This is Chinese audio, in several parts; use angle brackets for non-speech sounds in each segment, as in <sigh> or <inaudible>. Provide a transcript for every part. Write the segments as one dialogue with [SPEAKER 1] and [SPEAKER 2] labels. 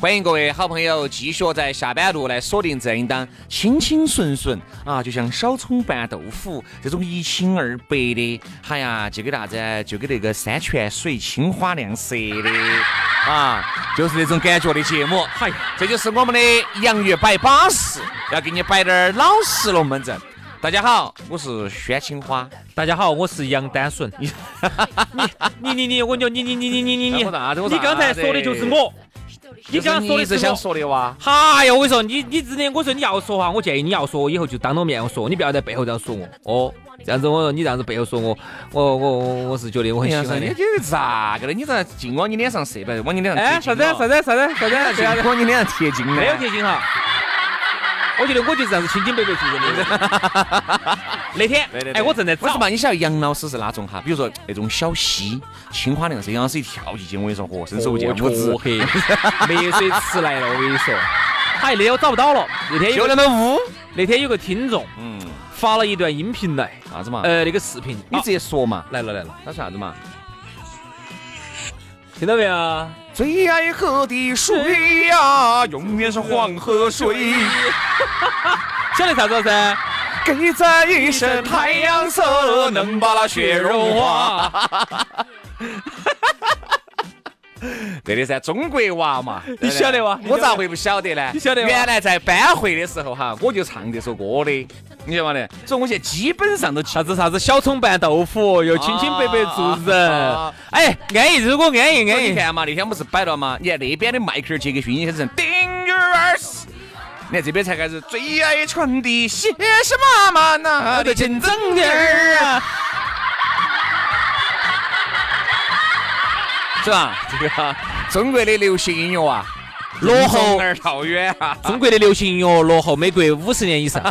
[SPEAKER 1] 欢迎各位好朋友继续在下班路来锁定这一档清清纯纯啊，就像小葱拌豆腐这种一清二白的，哎呀，就给啥子，就给那个山泉水青花亮色的啊，就是那种感觉的节目。嗨、这就是我们的洋芋摆巴适，要给你摆点儿老实龙门阵。大家好，我是宣青花。
[SPEAKER 2] 大家好，我是杨丹顺。你你你你，我跟你讲，你你你你你你你，
[SPEAKER 1] 我啥子我
[SPEAKER 2] 你刚才
[SPEAKER 1] 啥子
[SPEAKER 2] 说的就是我。你
[SPEAKER 1] 就是
[SPEAKER 2] 刚刚说
[SPEAKER 1] 你一
[SPEAKER 2] 的
[SPEAKER 1] 直
[SPEAKER 2] 是
[SPEAKER 1] 想
[SPEAKER 2] 我。
[SPEAKER 1] 说的哇？
[SPEAKER 2] 嗨呀，我跟你说，你你之前我说你要说哈，我建议你要说，以后就当着面说，你不要在背后这样说我。哦，这样子我你这样子背后说我，我我我我是觉得我很
[SPEAKER 1] 哎呀
[SPEAKER 2] 喜欢
[SPEAKER 1] 你
[SPEAKER 2] 的。
[SPEAKER 1] 这是咋个的？你咋净往你脸上射呗？往你脸上
[SPEAKER 2] 哎，
[SPEAKER 1] 贴
[SPEAKER 2] 啥
[SPEAKER 1] 金
[SPEAKER 2] 子
[SPEAKER 1] 了
[SPEAKER 2] 啥子？哎啥子啥子啥
[SPEAKER 1] 净
[SPEAKER 2] 子？啊
[SPEAKER 1] 往你脸上贴金
[SPEAKER 2] <laughs> 没有
[SPEAKER 1] 呢？
[SPEAKER 2] 贴心哈。我觉得我就是这样子清清白白做人的。那天
[SPEAKER 1] 对对，对
[SPEAKER 2] 哎，我正在
[SPEAKER 1] 我是
[SPEAKER 2] 找
[SPEAKER 1] 嘛？你晓得杨老师是哪种哈？比如说那种小溪，青花亮色，杨老师一跳进去，我跟你说，嚯，伸手不见五指
[SPEAKER 2] 哦，确实没水吃来了，我跟你说。嗨，哎那天我找不到了。那天
[SPEAKER 1] 就
[SPEAKER 2] 有个
[SPEAKER 1] 那么污。
[SPEAKER 2] 那天有个听众
[SPEAKER 1] 嗯，
[SPEAKER 2] 发了一段音频来，
[SPEAKER 1] 啥子嘛？
[SPEAKER 2] 呃，那个视频，
[SPEAKER 1] 你
[SPEAKER 2] 啊
[SPEAKER 1] 直接说嘛。
[SPEAKER 2] 来了来了，
[SPEAKER 1] 他说啥子嘛？
[SPEAKER 2] 听到没有？
[SPEAKER 1] 最爱喝的水呀，永远是黄河
[SPEAKER 2] <laughs>
[SPEAKER 1] 水，
[SPEAKER 2] 晓得啥子了噻？
[SPEAKER 1] 给咱一身太阳色，能把那雪融化。。对的噻，中国娃嘛，
[SPEAKER 2] <laughs> 你晓得哇
[SPEAKER 1] 对不对我咋会不晓得呢？
[SPEAKER 2] 你晓得哇
[SPEAKER 1] 原来在班会的时候哈，我就唱这首歌的，你晓得嘛的？所以我现在基本上都记
[SPEAKER 2] 啥子啥子小葱拌豆腐，又清清白白做
[SPEAKER 1] 啊
[SPEAKER 2] 人。哎，安逸，如果安逸
[SPEAKER 1] 所
[SPEAKER 2] 安
[SPEAKER 1] 哎以你
[SPEAKER 2] 逸，
[SPEAKER 1] 看嘛，那天我们是摆了嘛，你看那边的迈克尔杰克逊一下子 Ding your ears，你看这边才开始最爱穿的鞋是妈妈那的紧整点儿啊，
[SPEAKER 2] <laughs> 啊！
[SPEAKER 1] 是吧？ <laughs> 这个中国的流行音乐啊，
[SPEAKER 2] 落后
[SPEAKER 1] 从哪儿套远啊？
[SPEAKER 2] 中国的流行音乐落后美国五十年
[SPEAKER 1] <laughs>
[SPEAKER 2] 以上，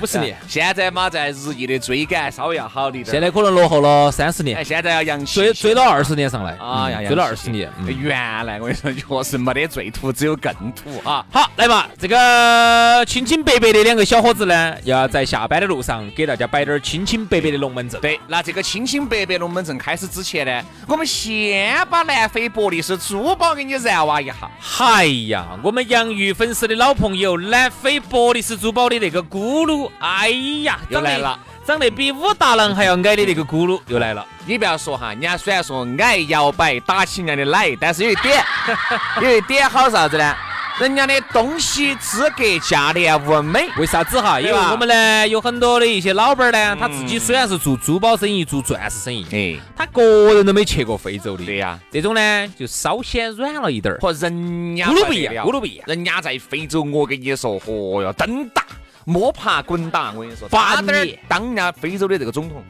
[SPEAKER 2] 五十年，
[SPEAKER 1] 现在嘛，在日益的追赶，稍微要好一点。
[SPEAKER 2] 现在可能落后了三十年
[SPEAKER 1] 哎，。现在要洋气
[SPEAKER 2] 追
[SPEAKER 1] 些，
[SPEAKER 2] 追到二十年上来，
[SPEAKER 1] 啊呀，
[SPEAKER 2] 嗯
[SPEAKER 1] 洋
[SPEAKER 2] 追到
[SPEAKER 1] 气
[SPEAKER 2] 二十
[SPEAKER 1] 些
[SPEAKER 2] 年。嗯
[SPEAKER 1] 原来我跟你说，确实没得最土，只有更土啊！
[SPEAKER 2] 好，来嘛，这个清清白白的两个小伙子呢，要在下班的路上给大家摆点儿清清白白的龙门阵。
[SPEAKER 1] 对，那这个清清白白龙门阵开始之前呢，我们先把南非伯利斯珠宝给你燃挖一下。
[SPEAKER 2] 嗨哎呀，我们洋芋粉丝的老朋友，南非伯利斯珠宝的那个咕噜，哎呀，
[SPEAKER 1] 又
[SPEAKER 2] 长得
[SPEAKER 1] 来了，
[SPEAKER 2] 长得比武大郎还要矮的那个咕噜又来了。
[SPEAKER 1] 你不要说哈，人家虽然说矮摇摆打起俺的奶，但是有一点， <laughs> 有一点好啥子呢？人家的东西资格价廉物美。
[SPEAKER 2] 为啥子哈？因
[SPEAKER 1] 对
[SPEAKER 2] 为
[SPEAKER 1] 吧
[SPEAKER 2] 哎我们呢有很多的一些老板儿
[SPEAKER 1] 嗯
[SPEAKER 2] 呢，他自己虽然是做珠宝生意、做钻石生意，
[SPEAKER 1] 哎，
[SPEAKER 2] 他个人都没去过非洲的。
[SPEAKER 1] 对呀
[SPEAKER 2] 这种呢就稍显软了一点儿。
[SPEAKER 1] 和人家
[SPEAKER 2] 咕噜
[SPEAKER 1] 不
[SPEAKER 2] 不
[SPEAKER 1] 得
[SPEAKER 2] 一样
[SPEAKER 1] 了
[SPEAKER 2] 咕噜不一样
[SPEAKER 1] 人家在非洲，我跟你说，嚯哟，蹬打、摸爬滚打，我跟你说，
[SPEAKER 2] 把
[SPEAKER 1] 差点儿
[SPEAKER 2] 你
[SPEAKER 1] 当人家非洲的这个总统，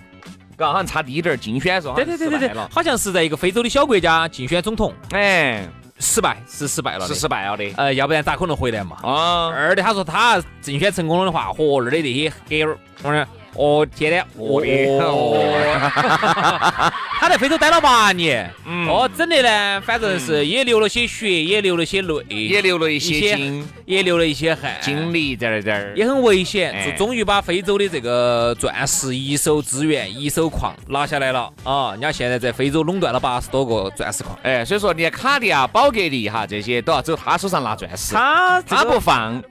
[SPEAKER 1] 嘎，好像差低点儿竞选的时候，
[SPEAKER 2] 对对对对对
[SPEAKER 1] 好像失败了，
[SPEAKER 2] 好像是在一个非洲的小国家竞选总统，
[SPEAKER 1] 哎，
[SPEAKER 2] 失败是失败了的，
[SPEAKER 1] 是失败了的
[SPEAKER 2] 呃，要不然咋可能回来嘛？
[SPEAKER 1] 啊，
[SPEAKER 2] 二的他说他竞选成功了的话，嚯，二的那些黑儿，我说哦天呐，
[SPEAKER 1] 我的
[SPEAKER 2] <laughs> 哦，他在非洲待了八年，
[SPEAKER 1] 嗯
[SPEAKER 2] 哦，整的呢，反正是也流了些血，也流了些泪，
[SPEAKER 1] 也流了一
[SPEAKER 2] 一
[SPEAKER 1] 些
[SPEAKER 2] 些
[SPEAKER 1] 精
[SPEAKER 2] 也流了一些汗，
[SPEAKER 1] 精力在那点儿，
[SPEAKER 2] 也很危险，
[SPEAKER 1] 哎
[SPEAKER 2] 就终于把非洲的这个钻石一手资源、一手矿拿下来了啊！人家现在在非洲垄断了八十多个钻石矿。
[SPEAKER 1] 哎，所以说连卡地亚、宝格丽哈这些都要走他手上拿钻石，
[SPEAKER 2] 他
[SPEAKER 1] 他不放，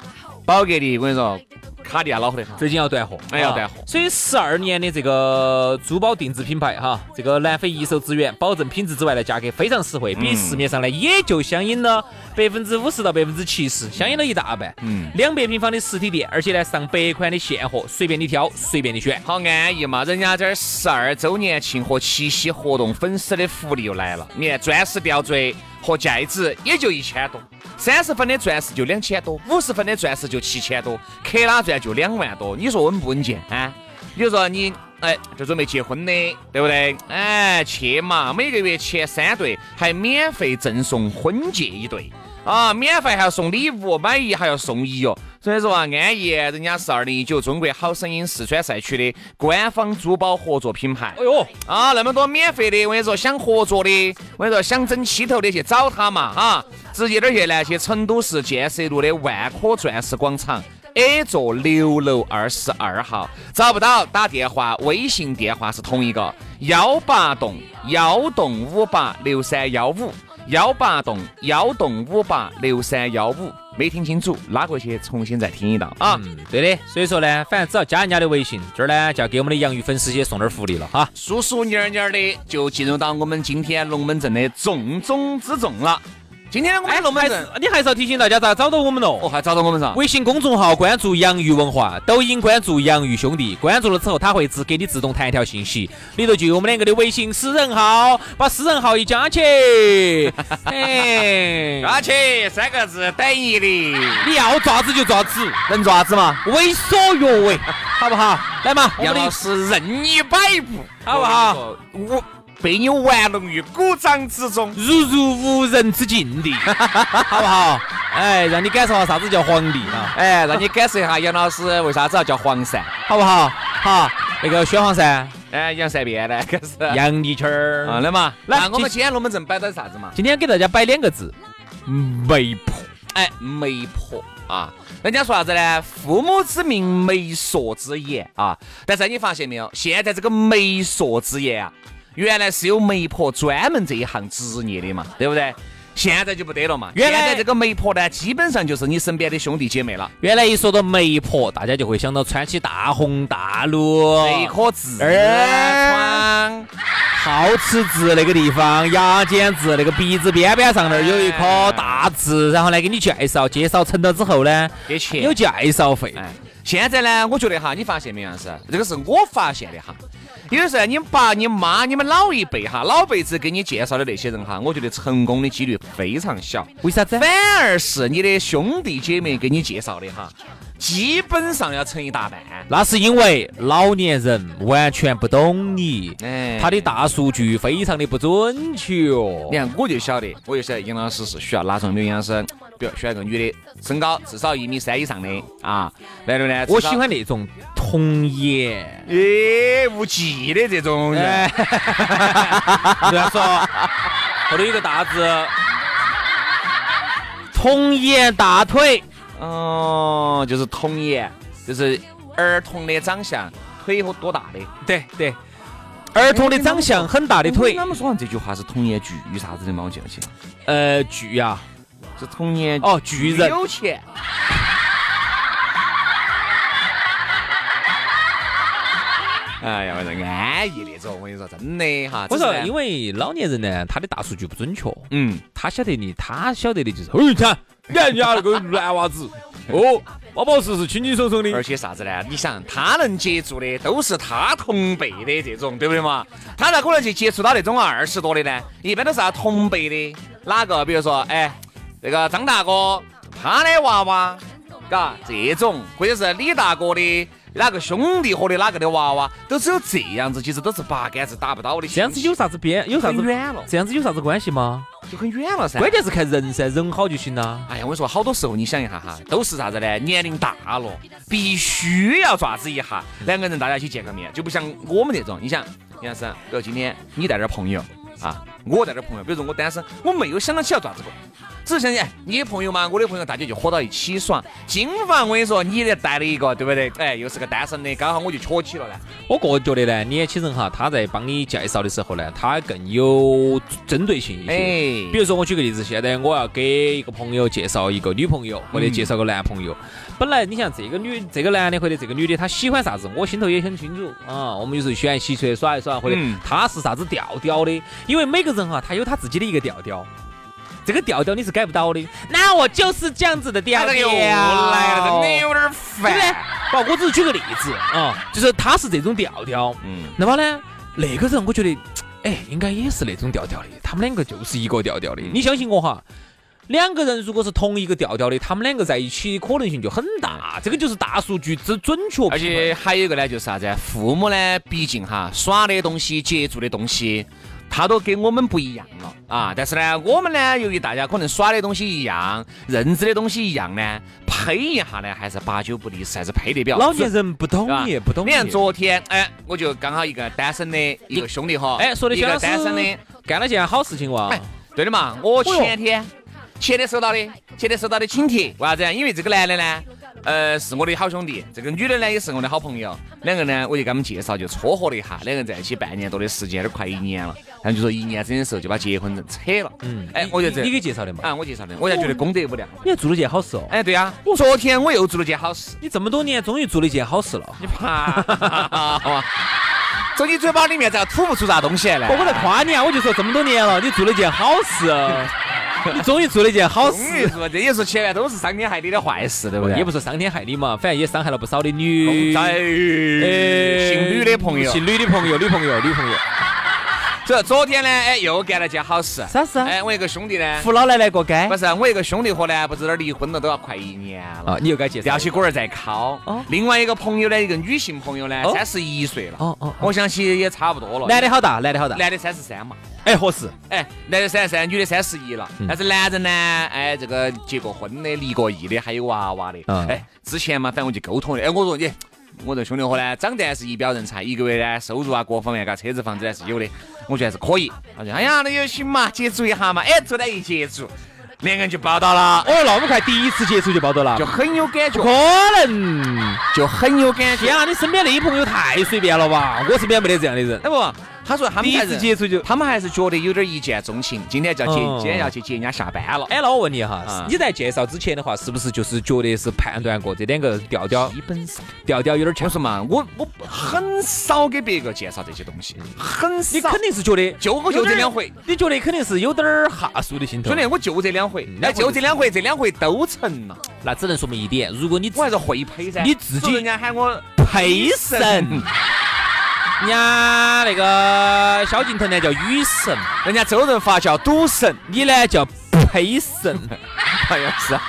[SPEAKER 1] 宝格丽，我跟你说，卡地亚恼火得很。
[SPEAKER 2] 最近要断货，
[SPEAKER 1] 哎要
[SPEAKER 2] 啊
[SPEAKER 1] 断货
[SPEAKER 2] 所以十二年的这个珠宝定制品牌哈，这个南非一手资源，保证品质之外呢，价格非常实
[SPEAKER 1] 嗯
[SPEAKER 2] 惠，比市面上呢也就相应了百分之五十到百分之七十，相应了一大半。
[SPEAKER 1] 嗯
[SPEAKER 2] 两百平方的实体店，而且呢上百款的现货，随便你挑，随便你选。
[SPEAKER 1] 好安逸嘛，人家这儿十二周年庆和七夕活动，粉丝的福利又来了。你看钻石吊坠和戒指也就一千多，三十分的钻石就两千多，五十分的钻石就七千多，克拉钻就两万多。你说稳不稳健啊？比如说你哎，就准备结婚的，对不对？哎，去嘛，每个月前三对还免费赠送婚戒一对。啊，免费还要送礼物，买一还要送一哦。所以说啊，安逸，人家是二零一九中国好声音四川赛区的官方珠宝合作品牌
[SPEAKER 2] 哎呦，
[SPEAKER 1] 啊，那么多免费的，我跟你说，想合作的，我跟你说，想争气头的去找他嘛啊，直接点儿去呢，去成都市建设路的万科钻石广场。A 座六楼二十二号，找不到打电话，微信电话是同一个幺八栋幺栋五八六三幺五。幺八栋幺栋五八六三幺五，没听清楚，拉过去重新再听一道啊！
[SPEAKER 2] 嗯，对的。所以说呢，反正只要加人家的微信，这儿呢就要给我们的洋芋粉丝些送点儿福利了哈。
[SPEAKER 1] 叔叔妮儿妮儿的就进入到我们今天龙门阵的重中之重了。今天我们的哎龙门
[SPEAKER 2] 哎还
[SPEAKER 1] 阵
[SPEAKER 2] 是，你还是要提醒大家咋找到我们喽。
[SPEAKER 1] 哦，还找到我们啥？
[SPEAKER 2] 微信公众号关注“洋芋文化”，抖音关注“洋芋兄弟”。关注了之后，他会自给你自动弹一条信息，里头就有我们两个的微信私人号，把私人号一加 <laughs> 起，哎，
[SPEAKER 1] 抓起三个字等于零，
[SPEAKER 2] 你要爪子就爪子，
[SPEAKER 1] 能抓子嘛？
[SPEAKER 2] 为所欲为，好不好？来嘛，我
[SPEAKER 1] 杨
[SPEAKER 2] 们
[SPEAKER 1] 老
[SPEAKER 2] 的
[SPEAKER 1] 师任你摆布，
[SPEAKER 2] 好不好？
[SPEAKER 1] 我被你玩弄于股掌之中。
[SPEAKER 2] 如入无人之境 <laughs> 地，好不好？哎，让你感受下啥子叫皇帝啊，
[SPEAKER 1] 哎，让你感受一下杨老师为啥子要叫黄鳝？
[SPEAKER 2] 好不好？好，那个薛黄噻，
[SPEAKER 1] 哎，杨善变呢？可是
[SPEAKER 2] 杨丽圈儿
[SPEAKER 1] 啊，那嘛，
[SPEAKER 2] 来
[SPEAKER 1] 那我们
[SPEAKER 2] 继
[SPEAKER 1] 今天龙门阵摆的是啥子嘛？
[SPEAKER 2] 今天给大家摆两个字，媒婆。
[SPEAKER 1] 哎，媒婆啊，人家说啥子呢？父母之命，媒妁之言啊。但是你发现没有，现在这个媒妁之言啊，原来是有媒婆专门这一行职业的嘛，对不对？现在就不得了嘛。
[SPEAKER 2] 原来
[SPEAKER 1] 现在这个媒婆呢，基本上就是你身边的兄弟姐妹了，
[SPEAKER 2] 原来一说到媒婆，大家就会想到穿起大红大绿、
[SPEAKER 1] 这一颗痔
[SPEAKER 2] 哎
[SPEAKER 1] 疮，
[SPEAKER 2] 好吃痣那个地方，牙尖痣那个鼻子边边上那儿有
[SPEAKER 1] 哎
[SPEAKER 2] 一颗大痣，然后呢给你介绍，介绍成了之后呢，
[SPEAKER 1] 给钱啊
[SPEAKER 2] 有介绍费。
[SPEAKER 1] 哎，现在呢，我觉得哈，你发现没有，杨老师，这个是我发现的哈。有的时候，你爸、你妈、你们老一辈哈，老辈子给你介绍的那些人哈，我觉得成功的几率非常小。
[SPEAKER 2] 为啥子？
[SPEAKER 1] 反而是你的兄弟姐妹给你介绍的哈，基本上要成一大半。
[SPEAKER 2] 那是因为老年人完全不懂你，
[SPEAKER 1] 哎
[SPEAKER 2] 他的大数据非常的不准确。
[SPEAKER 1] 你看，我就晓得，我就晓得杨老师是需要哪种女杨老师，比如需要一个女的，身高至少一米三以上的啊。然后呢，
[SPEAKER 2] 我
[SPEAKER 1] 至少
[SPEAKER 2] 喜欢那种童颜。
[SPEAKER 1] 诶无忌的这种人。
[SPEAKER 2] <laughs> 哎，乱啊说，后头有个大字，童颜大腿，
[SPEAKER 1] 哦，就是童颜，就是儿童的长相，腿有多大的？
[SPEAKER 2] 对对，儿童的长相很大的腿
[SPEAKER 1] 他，们说上这句话是童颜巨乳啥子的吗？我记不起，
[SPEAKER 2] 呃，巨呀，
[SPEAKER 1] 是童颜
[SPEAKER 2] 哦，巨人，
[SPEAKER 1] 有钱。哎呀，我说安逸那种，我跟你说，真的哈。
[SPEAKER 2] 我说
[SPEAKER 1] 只是，呢
[SPEAKER 2] 因为老年人呢，他的大数据不准确，
[SPEAKER 1] 嗯，
[SPEAKER 2] 他晓得你，他晓得的就是，哎，你看，你看人家那个男娃子，哦，巴巴适适、轻轻松松
[SPEAKER 1] <laughs> 而
[SPEAKER 2] 的，
[SPEAKER 1] 且啥子呢？你想，他能接触的都是他同辈的这种，对不对嘛？他咋可能去接触到那种啊二十多的呢？一般都是他同辈的，哪个？比如说，哎，那个张大哥他的娃娃，嘎，这种，或者是李大哥的哪个兄弟伙的哪个的娃娃，都只有这样子，其实都是八竿子打不到的亲戚。
[SPEAKER 2] 这样子有啥子边，有啥子
[SPEAKER 1] 很远了
[SPEAKER 2] 这样子有啥子关系吗？
[SPEAKER 1] 就很远了噻。
[SPEAKER 2] 关键是看人噻，人好就行啦。
[SPEAKER 1] 哎呀，我跟你说，好多时候你想一下哈，都是啥子呢？年龄大了，必须要爪子一下，两个人大家一起见个面，就不像我们这种。你想，杨老师，比如今天你带点朋友啊，我带点朋友，比如说我单身，我没有想到起要咋子过，只是想起哎，你的朋友嘛，我的朋友，大家就伙到一起耍。今晚我跟你说，你也带了一个，对不对？哎，又是个单身的，刚好我就戳起了呢。
[SPEAKER 2] 我个人觉得呢，年轻人哈，他在帮你介绍的时候呢，他更有针对性一些。
[SPEAKER 1] 哎
[SPEAKER 2] 比如说我举个例子，现在我要给一个朋友介绍一个女朋友，或者介绍个男朋友。本来你像这个女、这个男的或者这个女的，他喜欢啥子，我心头也很清楚啊。我们有时候喜欢一起出来耍一耍，或者
[SPEAKER 1] 嗯
[SPEAKER 2] 他是啥子调调的，因为每个人哈，他有他自己的一个调调。这个调调你是改不到的，那我就是这样子的调
[SPEAKER 1] 哎
[SPEAKER 2] 调。
[SPEAKER 1] 又来了，真的有点
[SPEAKER 2] 啊对不对
[SPEAKER 1] 烦。？
[SPEAKER 2] 不，我只是举个例子啊、就是他是这种调调，
[SPEAKER 1] 嗯，
[SPEAKER 2] 那么呢，那个人我觉得，哎，应该也是那种调调的，他们两个就是一个调调的。
[SPEAKER 1] 嗯
[SPEAKER 2] 你相信我哈，两个人如果是同一个调调的，他们两个在一起可能性就很大，这个就是大数据之准确评判。
[SPEAKER 1] 而且还有一个呢，就是啥子啊？父母呢，毕竟哈，耍的东西、接触的东西，他都跟我们不一样了啊。但是呢，我们呢，由于大家可能耍的东西一样，认知的东西一样呢，配一下呢，还是八九不离十，还是配得比较
[SPEAKER 2] 老年
[SPEAKER 1] 准。
[SPEAKER 2] 人不懂
[SPEAKER 1] 对吧
[SPEAKER 2] 也不懂
[SPEAKER 1] 你
[SPEAKER 2] 也。
[SPEAKER 1] 看昨天，哎，我就刚好一个单身的一个兄弟伙，
[SPEAKER 2] 哎，说的
[SPEAKER 1] 一
[SPEAKER 2] 薛
[SPEAKER 1] 个
[SPEAKER 2] 老
[SPEAKER 1] 单身的
[SPEAKER 2] 师，干了件好事情哇
[SPEAKER 1] 哎！对的嘛，我
[SPEAKER 2] 哟
[SPEAKER 1] 前天前天收到的，前天收到的请帖，为啥子啊？因为这个男的呢，呃，是我的好兄弟，这个女的呢也是我的好朋友，两个呢我就给他们介绍，就撮合了一下，两个人在一起半年多的时间，都快一年了，他们就说一年之间的时候就把结婚证扯了。
[SPEAKER 2] 嗯，
[SPEAKER 1] 哎
[SPEAKER 2] 你，
[SPEAKER 1] 我觉得这
[SPEAKER 2] 你给介绍的嘛，
[SPEAKER 1] 啊，我介绍的，我才觉得功德无量。
[SPEAKER 2] 你还做了件好事哦。
[SPEAKER 1] 哎，对呀、昨天我又做了件好事，
[SPEAKER 2] 你这么多年终于做了一件好事了。
[SPEAKER 1] 你 <laughs> 怕？从你嘴巴里面咋吐不出啥东西来？
[SPEAKER 2] 我在夸你啊！我就说这么多年了，你做了一件好
[SPEAKER 1] <laughs>
[SPEAKER 2] 事，你终于做了一件好
[SPEAKER 1] 终于
[SPEAKER 2] 事，
[SPEAKER 1] 是吧？这也是前面都是伤天害理的坏事，对不对？
[SPEAKER 2] 也不说伤天害理嘛，反正也伤害了不少的
[SPEAKER 1] 公
[SPEAKER 2] 女
[SPEAKER 1] 仔，姓吕的朋友。
[SPEAKER 2] 姓吕的朋友，女朋友，女朋友，
[SPEAKER 1] 这昨天呢，哎，又干了件好事。
[SPEAKER 2] 啥事啊
[SPEAKER 1] 哎，我一个兄弟呢，
[SPEAKER 2] 扶老奶奶过街
[SPEAKER 1] 不是我一个兄弟伙呢，不是那儿离婚了，都要快一年了。
[SPEAKER 2] 啊，你又该介绍
[SPEAKER 1] 吊起鼓儿在敲
[SPEAKER 2] 哦。
[SPEAKER 1] 另外一个朋友呢，一个女性朋友呢
[SPEAKER 2] 哦，
[SPEAKER 1] 三十一岁了。
[SPEAKER 2] 哦哦哦
[SPEAKER 1] 我想起也差不多了。
[SPEAKER 2] 男的好大，男的好大，
[SPEAKER 1] 男的三十三嘛，
[SPEAKER 2] 哎，合适，
[SPEAKER 1] 哎，男的三十三，女的三十一了。
[SPEAKER 2] 嗯
[SPEAKER 1] 但是男人呢，哎，这个结过婚的、离过异的，还有娃娃的。
[SPEAKER 2] 嗯
[SPEAKER 1] 哎，之前嘛，反正我就沟通的。哎，我说你，我这兄弟伙呢，长得还是一表人才，一个月呢，收入啊各方面，嘎，车子房子呢是有的，我觉得还是可以。他说，哎呀，那就行嘛，接触一下嘛。哎，昨天一接触，两个人就抱到了，
[SPEAKER 2] 哦，那么快，第一次接触就抱到了
[SPEAKER 1] 就，很有感觉
[SPEAKER 2] 不，可能！
[SPEAKER 1] 就很有感觉
[SPEAKER 2] 天。啊，你身边那些朋友太随便了吧？我身边没得这样的人，
[SPEAKER 1] 哎不，他说他们
[SPEAKER 2] 第一
[SPEAKER 1] 还
[SPEAKER 2] 次
[SPEAKER 1] 是
[SPEAKER 2] 接触就
[SPEAKER 1] 他们还是觉得有点一见钟情。今天就要接，
[SPEAKER 2] 哦
[SPEAKER 1] 今天要去接人家下班了。
[SPEAKER 2] 哎，那我问你哈
[SPEAKER 1] 啊，
[SPEAKER 2] 你在介绍之前的话，是不是就是觉得是判断过这两个调调，基本调调有点
[SPEAKER 1] 就
[SPEAKER 2] 像？
[SPEAKER 1] 是嘛，我我很少给别个介绍这些东西，很
[SPEAKER 2] 嗯你
[SPEAKER 1] 少
[SPEAKER 2] 肯。定是觉得
[SPEAKER 1] 就我就这两回，
[SPEAKER 2] 你觉得肯定是有点儿哈数的心头。
[SPEAKER 1] 兄弟，，我就这两回，
[SPEAKER 2] 嗯那
[SPEAKER 1] 哎，
[SPEAKER 2] 我就
[SPEAKER 1] 就这两回，这两回都成了，
[SPEAKER 2] 那只能说明一点，如果你
[SPEAKER 1] 我还是会配噻。
[SPEAKER 2] 你自己
[SPEAKER 1] 所以人家喊我
[SPEAKER 2] 配神， <laughs> 人家那个萧敬腾呢叫雨神，
[SPEAKER 1] 人家周润发叫赌神，
[SPEAKER 2] 你呢叫
[SPEAKER 1] <laughs>
[SPEAKER 2] 配神，
[SPEAKER 1] 哎呀
[SPEAKER 2] <laughs>
[SPEAKER 1] 是啊，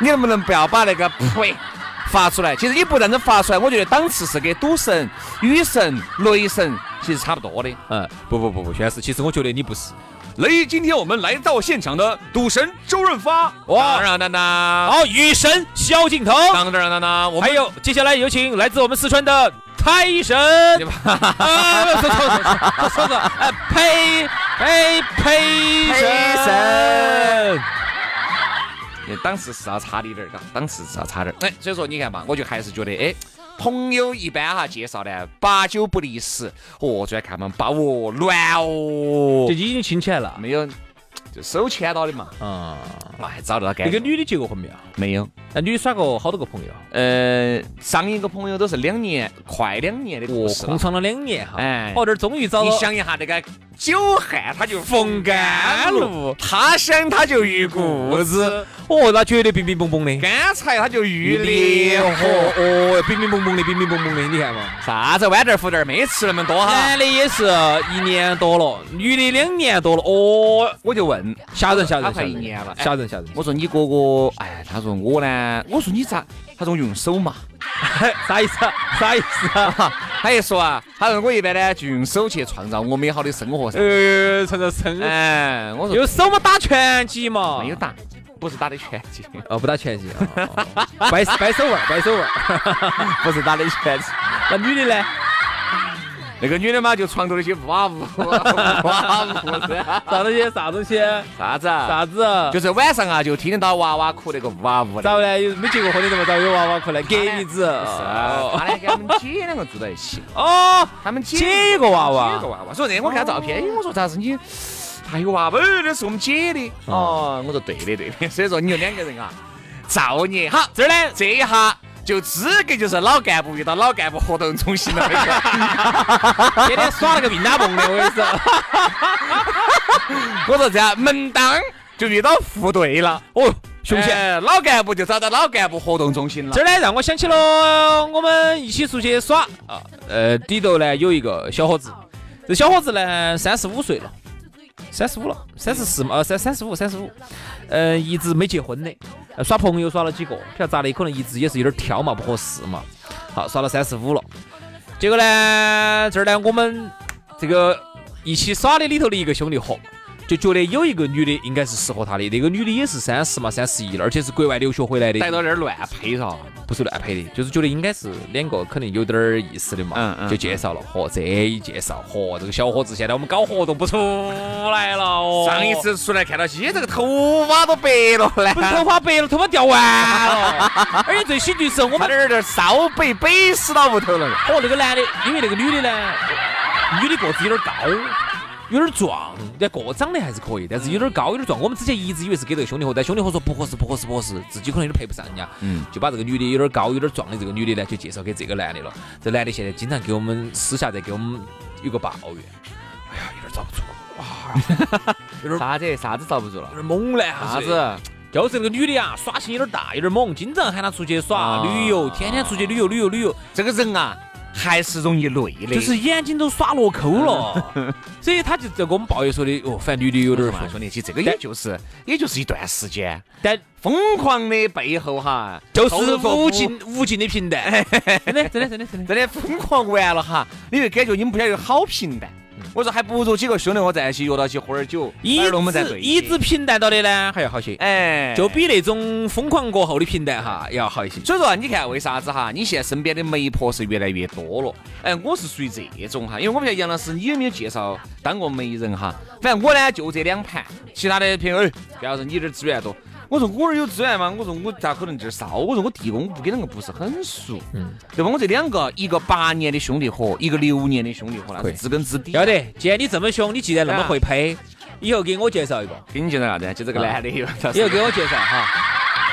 [SPEAKER 1] 你能不能不要把那个呸发出来？其实你不认真发出来，我觉得档次是跟赌神、雨神、雷神其实差不多的。
[SPEAKER 2] 嗯，不不不不，薛老师，其实我觉得你不是。
[SPEAKER 1] 雷，今天我们来到现场的赌神周润发，
[SPEAKER 2] 哇
[SPEAKER 1] 哇，当然啦，
[SPEAKER 2] 好，雨神萧敬腾，
[SPEAKER 1] 当然啦啦，我们
[SPEAKER 2] 还有接下来有请来自我们四川的泰神，
[SPEAKER 1] 对吧？
[SPEAKER 2] 啊，说错了，说错了，呃，呸呸呸
[SPEAKER 1] 哎呸
[SPEAKER 2] 神
[SPEAKER 1] 神，呃档次是要差的一点儿，嘎，档次是要差点儿。哎，所以说你看嘛，我就还是觉得，哎，朋友一般哈介绍呢，八九不离十。哦，昨天看他们抱哦，乱哦
[SPEAKER 2] 就，已经亲起来了。
[SPEAKER 1] 没有，就手牵到的嘛，
[SPEAKER 2] 啊，
[SPEAKER 1] 哇，还找到感
[SPEAKER 2] 那
[SPEAKER 1] 觉
[SPEAKER 2] 个女的结过婚没有？
[SPEAKER 1] 没有？
[SPEAKER 2] 那啊女的耍过好多个朋友，
[SPEAKER 1] 呃，上一个朋友都是两年，快两年的故
[SPEAKER 2] 我
[SPEAKER 1] 事
[SPEAKER 2] 空
[SPEAKER 1] 了。
[SPEAKER 2] 窗了两年哈。
[SPEAKER 1] 哎
[SPEAKER 2] 哦，这儿终于找
[SPEAKER 1] 你
[SPEAKER 2] 到。
[SPEAKER 1] 想一下那个久旱，他就逢甘
[SPEAKER 2] 露
[SPEAKER 1] 露；他乡他就遇故
[SPEAKER 2] 物
[SPEAKER 1] 知，
[SPEAKER 2] 资，哦，那绝对冰冰蹦蹦的，
[SPEAKER 1] 干柴他就遇
[SPEAKER 2] 烈
[SPEAKER 1] 烈
[SPEAKER 2] 火，
[SPEAKER 1] 火。
[SPEAKER 2] 哦，冰冰蹦蹦的，冰冰蹦蹦的，你看嘛。
[SPEAKER 1] 啥子豌豆儿、儿没吃那么多哈
[SPEAKER 2] 男？的也是一年多了，女的两年多了，哦，
[SPEAKER 1] <laughs> 我就问，
[SPEAKER 2] 吓人吓
[SPEAKER 1] 他
[SPEAKER 2] 人吓
[SPEAKER 1] 快一
[SPEAKER 2] 人，
[SPEAKER 1] 年了。哎
[SPEAKER 2] 吓人吓人，
[SPEAKER 1] 我说你哥哥，哎，他说我呢，我说你咋？他说我用手嘛。
[SPEAKER 2] 啥意思啊？啥意思啊？
[SPEAKER 1] <laughs> 他一说啊，他说我一般呢就用手去创造我美好的生活 <laughs> 噻。
[SPEAKER 2] 呃，陈陈陈，
[SPEAKER 1] 哎，我说
[SPEAKER 2] <laughs> 有手嘛打拳击嘛？
[SPEAKER 1] 没有打，不是打的拳击，
[SPEAKER 2] 哦，不打拳击啊，哦掰 <laughs> 掰手腕儿，掰手腕儿。 <laughs>
[SPEAKER 1] 不是打的拳击。
[SPEAKER 2] 那女的呢？
[SPEAKER 1] <laughs> 那个女的嘛，就床头那些哇呜 <laughs>
[SPEAKER 2] 啊
[SPEAKER 1] 哇呜噻，
[SPEAKER 2] 啥东西？啥东西？
[SPEAKER 1] 啊啥子啊？
[SPEAKER 2] 啥子？
[SPEAKER 1] 就是晚上啊，就听得到娃娃哭那个哇呜的。
[SPEAKER 2] 咋呢？有没结过婚的那么早有娃娃哭来给你子？
[SPEAKER 1] 是啊，他俩跟他们姐两个住在一起，
[SPEAKER 2] 哦，
[SPEAKER 1] 他们姐
[SPEAKER 2] 姐有个娃娃
[SPEAKER 1] 姐有个娃娃。所以那天我看照片，我说咋子你？还有娃娃，哎那是我们姐的。哦，我说对的对的。 <laughs> 所以说你就两个人啊，造孽。好，这儿呢，这一下。就资格就是老干部遇到老干部活动中心了， <laughs>
[SPEAKER 2] 天天耍那个命打蹦的，我跟你说。
[SPEAKER 1] 我说这样，门当就遇到副队了，
[SPEAKER 2] <laughs> 哦，凶险！
[SPEAKER 1] 哎老干部就找到老干部活动中心了
[SPEAKER 2] 这。儿呢，让我想起了呃我们一起出去耍啊，呃，里头呢有一个小伙子，这小伙子呢三十五岁了，三十五了，三十四嘛，呃，三三十五，三十五，呃，一直没结婚的，呃耍朋友耍了几个，不晓得咋的，可能一直也是有点挑嘛，不合适嘛，好，耍到三十五了，结果呢，这儿呢我们这个一起耍的里头的一个兄弟伙。就觉得有一个女的应该是适合他的，那个女的也是三十嘛，三十一了，而且是国外留学回来的，
[SPEAKER 1] 逮到这儿乱配嗦，
[SPEAKER 2] 不是乱配的，就是觉得应该是两个肯定有点儿意思的嘛，
[SPEAKER 1] 嗯嗯
[SPEAKER 2] 就介绍了。嚯、这一介绍，嚯、这个小伙子现在我们搞活动不出来了哦。
[SPEAKER 1] 上一次出来看到起，这个头发都白了
[SPEAKER 2] 不是
[SPEAKER 1] 呢，
[SPEAKER 2] 头发白了，头发掉
[SPEAKER 1] <laughs>
[SPEAKER 2] 完了，而且最喜剧是我
[SPEAKER 1] 差
[SPEAKER 2] 们
[SPEAKER 1] 点儿有点烧背背死到屋头了呢。
[SPEAKER 2] <laughs> 哦，那个男的，因为那个女的呢，女的个子有点高，有点壮，但个子长得还是可以，但是有点高，有点壮。我们之前一直以为是给这个兄弟伙，但兄弟伙说不合适，不合适，不合适，自己可能有点配不上人家，
[SPEAKER 1] 嗯
[SPEAKER 2] 就把这个女的有点高、有点壮的这个女的呢，就介绍给这个男的了。这男的现在经常给我们私下在给我们有个抱怨，哎呀，有点遭不住了，
[SPEAKER 1] 啥子？啥子遭不住了
[SPEAKER 2] 有？点猛男
[SPEAKER 1] 啥
[SPEAKER 2] 啥子。
[SPEAKER 1] 子？
[SPEAKER 2] 啊就是那个女的啊，耍性有点大，有点猛，经常喊他出去耍、
[SPEAKER 1] 啊
[SPEAKER 2] 旅游，天天出去旅游旅游旅游，
[SPEAKER 1] 这个人啊，还是容易累的。
[SPEAKER 2] 就是眼睛都耍落抠
[SPEAKER 1] <laughs>
[SPEAKER 2] 了，所以他就在给我们抱怨说的，哦，反正女的有
[SPEAKER 1] 有点
[SPEAKER 2] 点儿
[SPEAKER 1] 儿嘛，
[SPEAKER 2] 烦。
[SPEAKER 1] 兄弟，其实这个
[SPEAKER 2] 但
[SPEAKER 1] 也就是也就是一段时间，
[SPEAKER 2] 但
[SPEAKER 1] 疯狂的背后哈，
[SPEAKER 2] 就是哎无
[SPEAKER 1] 无尽。
[SPEAKER 2] 尽无尽的平淡，真的真的真的真的。
[SPEAKER 1] 真的疯狂完了哈，你就感觉你们不晓得有好平淡。我说还不如几个兄弟伙在一起约到起喝点酒，
[SPEAKER 2] 嗯一
[SPEAKER 1] 玩儿龙门阵
[SPEAKER 2] 直
[SPEAKER 1] 对
[SPEAKER 2] 一
[SPEAKER 1] 起
[SPEAKER 2] 直平淡到的呢还要好些，
[SPEAKER 1] 哎，
[SPEAKER 2] 就比那种疯狂过后的平淡哈要好一些。
[SPEAKER 1] 所以说，你看为啥子哈？你现在身边的媒婆是越来越多了。哎，我是属于这种哈，因为我不晓得杨老师你有没有介绍当过媒人哈？反正我呢就这两盘，其他的朋友，哎杨老师你这儿资源多。我说我这儿有资源吗？我说我咋可能这儿少？我说我地公不跟那个不是很熟，
[SPEAKER 2] 嗯
[SPEAKER 1] 对吧？我这两个，一个八年的兄弟伙，一个六年的兄弟伙，那
[SPEAKER 2] 可以
[SPEAKER 1] 是知根知底。
[SPEAKER 2] 要得，既然你这么凶，你既然那么
[SPEAKER 1] 啊
[SPEAKER 2] 会拍，以后给我介绍一个，
[SPEAKER 1] 给你介绍啥子？就这个男的有， <laughs>
[SPEAKER 2] 以啊后给我介绍哈，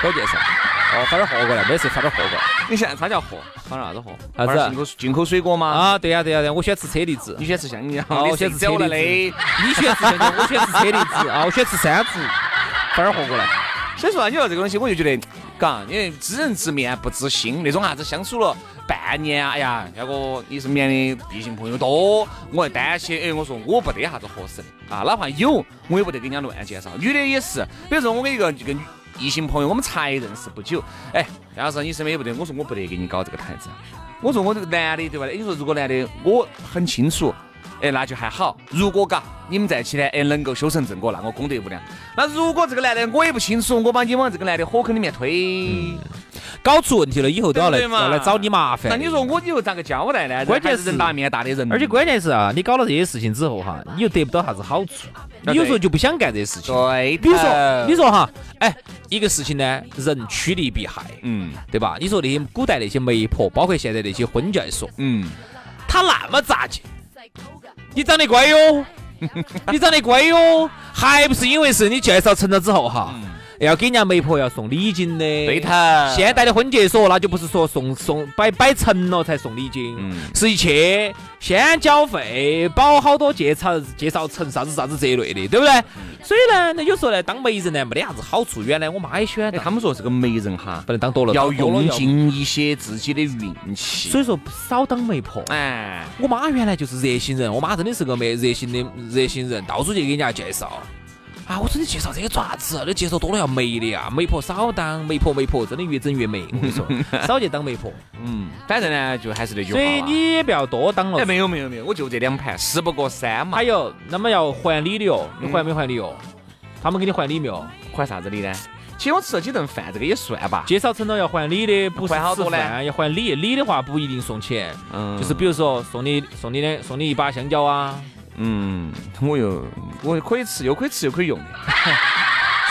[SPEAKER 2] 给我介绍。哦，发点货过来，没事发点货过来。
[SPEAKER 1] 你现在他叫货，放啥子货？
[SPEAKER 2] 啥
[SPEAKER 1] 放
[SPEAKER 2] 子
[SPEAKER 1] 点进口进口水果吗？
[SPEAKER 2] 啊，对呀对呀对呀，我喜欢吃车厘子
[SPEAKER 1] 你。喜欢吃香蕉？
[SPEAKER 2] 哦我喜欢吃车
[SPEAKER 1] 走了
[SPEAKER 2] 厘
[SPEAKER 1] 嘞
[SPEAKER 2] 子。。你喜欢吃香蕉，我喜欢吃车厘子啊，我喜欢吃山竹。反而活过来，
[SPEAKER 1] 所以说啊，你说这个东西，我就觉得，嘎，因为知人知面不知心，那种啥子相处了半年啊，哎呀，那个你身边的异性朋友多，我还担心，哎，我说我不得啥子合适的啊，哪怕有，我也不得给人家乱介绍。女的也是，比如说我跟一个这个女异性朋友，我们才认识不久，哎，杨老师你身边也不得，我说我不得给你搞这个台子。啊我说我这个男的对吧？哎你说如果男的我很清楚，哎，那就还好。如果嘎你们在一起呢，哎，能够修成正果，那我功德无量。那如果这个男的我也不清楚，我把你往这个男的火坑里面
[SPEAKER 2] 嗯
[SPEAKER 1] 推，
[SPEAKER 2] 搞出问题了以后都要来
[SPEAKER 1] 对不对嘛
[SPEAKER 2] 要来找你麻烦。
[SPEAKER 1] 那你说，我以后咋个交代呢？
[SPEAKER 2] 关键
[SPEAKER 1] 还
[SPEAKER 2] 是
[SPEAKER 1] 人大面大的人，
[SPEAKER 2] 而且关键是啊，你搞了这些事情之后哈，你又得不到啥子好处，
[SPEAKER 1] 啊
[SPEAKER 2] 你有时候
[SPEAKER 1] 对
[SPEAKER 2] 就不想干这些事情。
[SPEAKER 1] 对头，
[SPEAKER 2] 比如说，你说哈，哎，一个事情呢，人趋利避害，
[SPEAKER 1] 嗯
[SPEAKER 2] 对吧？你说那些古代那些媒婆，包括现在那些婚介所，
[SPEAKER 1] 嗯，
[SPEAKER 2] 他那么咋劲？你长得乖哟，你长得乖哟，还不是因为是你介绍成了之后哈，要给人家媒婆要送礼金的。
[SPEAKER 1] 嗯对头，
[SPEAKER 2] 现代的婚介所那就不是说送送摆摆成了才送礼金，
[SPEAKER 1] 嗯
[SPEAKER 2] 是一去先交费，保好多介绍介绍成啥子啥子这一类的，对不对？
[SPEAKER 1] 嗯
[SPEAKER 2] 所以呢，那有时候呢，当媒人呢没得啥子好处。原来我妈也喜欢
[SPEAKER 1] 哎
[SPEAKER 2] 当，
[SPEAKER 1] 他们说这个媒人哈，
[SPEAKER 2] 不能当多了，
[SPEAKER 1] 要
[SPEAKER 2] 当多了
[SPEAKER 1] 用。尽一些自己的运气，
[SPEAKER 2] 所以说少当媒婆。
[SPEAKER 1] 哎，
[SPEAKER 2] 我妈原来就是热心人，我妈真的是个没热心的热心人，到处去给人家介绍。啊，我说你介绍这些爪子，你介绍多了要没的呀，媒婆少当媒婆，媒婆真的越整越没。我
[SPEAKER 1] <laughs>
[SPEAKER 2] 跟你说，少去当媒婆，
[SPEAKER 1] 嗯，反正呢，就还是那句话
[SPEAKER 2] 所
[SPEAKER 1] 啦，
[SPEAKER 2] 以你也不要多当
[SPEAKER 1] 哎，
[SPEAKER 2] 了。哎
[SPEAKER 1] 没有没有没有，我就这两盘，事不过三嘛嗯
[SPEAKER 2] 还。有，那么要还礼的哦，你还没还礼哦？他们给你还礼没有？
[SPEAKER 1] 还啥子礼呢？请我吃了几顿饭，这个也算吧。
[SPEAKER 2] 介绍成了要还你的，不是
[SPEAKER 1] 还好
[SPEAKER 2] 吃
[SPEAKER 1] 多呢
[SPEAKER 2] 饭要还你，你的话不一定送钱，
[SPEAKER 1] 嗯
[SPEAKER 2] 就是比如说送你送你的送你一把香蕉啊，
[SPEAKER 1] 嗯，我又我可以吃，又可以吃又可以用的。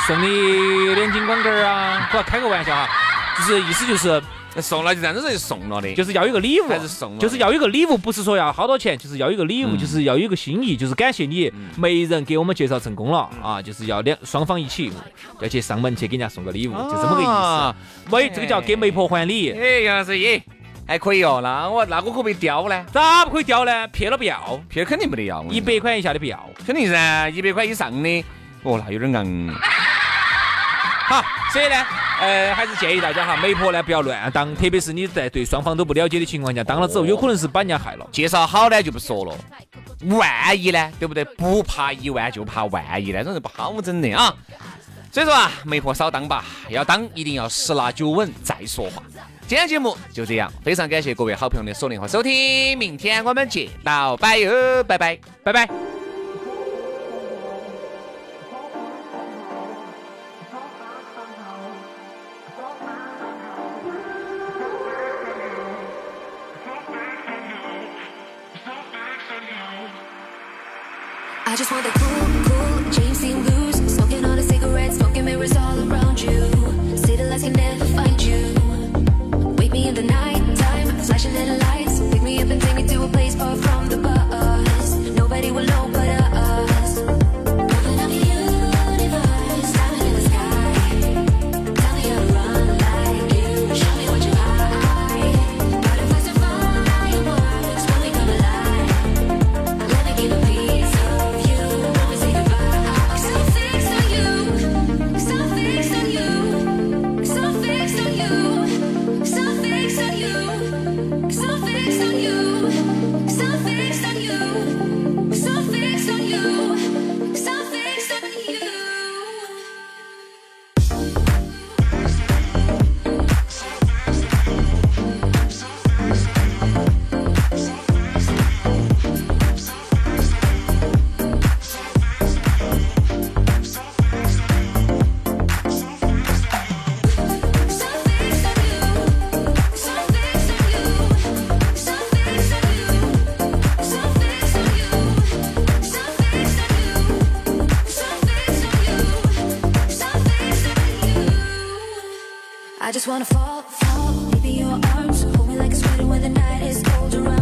[SPEAKER 2] 送你两斤光棍儿啊，我要开个玩笑啊，就是意思就是
[SPEAKER 1] 送了就这样子就送了的，
[SPEAKER 2] 就是要有一个礼物，
[SPEAKER 1] 还是送了
[SPEAKER 2] 就是要有一个礼物，不是说要好多钱，就是要有一个礼物，
[SPEAKER 1] 嗯
[SPEAKER 2] 就是要有一个心意，就是感谢你媒人给我们介绍成功了
[SPEAKER 1] 嗯
[SPEAKER 2] 啊，就是要两双方一起要去上门去给人家送个礼物，就这么个意思。
[SPEAKER 1] 啊
[SPEAKER 2] 媒这个叫给媒婆还礼，
[SPEAKER 1] 哎，杨老师，耶，还可以哦。那我那我可不可以叼呢？
[SPEAKER 2] 咋不可以掉呢？撇了不要，
[SPEAKER 1] 撇肯定没得要，
[SPEAKER 2] 一百块以下的不要。
[SPEAKER 1] 肯定噻，一百块以上的。哦，那有点硬。
[SPEAKER 2] 好，所以呢，呃，还是建议大家哈，媒婆呢不要乱当，特别是你在对双方都不了解的情况下，当了之后有可能是把人家害了。
[SPEAKER 1] 介绍好呢就不说了，万一呢，对不对？不怕一万就怕万一呢，这是不好整的啊。所以说啊，媒婆少当吧，要当一定要十拿九稳再说话。今天节目就这样，非常感谢各位好朋友的锁定和收听，明天我们见，到拜哟，拜拜，拜拜。
[SPEAKER 3] I just want that cool, cool, James Dean blues. Smoking on a cigarette, smoking mirrors all around you. City lights can never find you. Wake me in the night time, flashing little lights. Pick me up and take me to a place far from the bus. Nobody will know but us. Open up the universe, diamond in the sky. Tell me I'll run like you. Show me what you hide. Butterflies and fireworks when we come alive. Let me get a piece of you. Let me say goodbye. So fixed on you, so fixed on you, so fixed on you, so fixed on you, so fixed on you, so fixed on you, so fixed on you, so fixed on you. I just wanna fall, fall, deep in your arms. Hold me like a sweater when the night is cold around.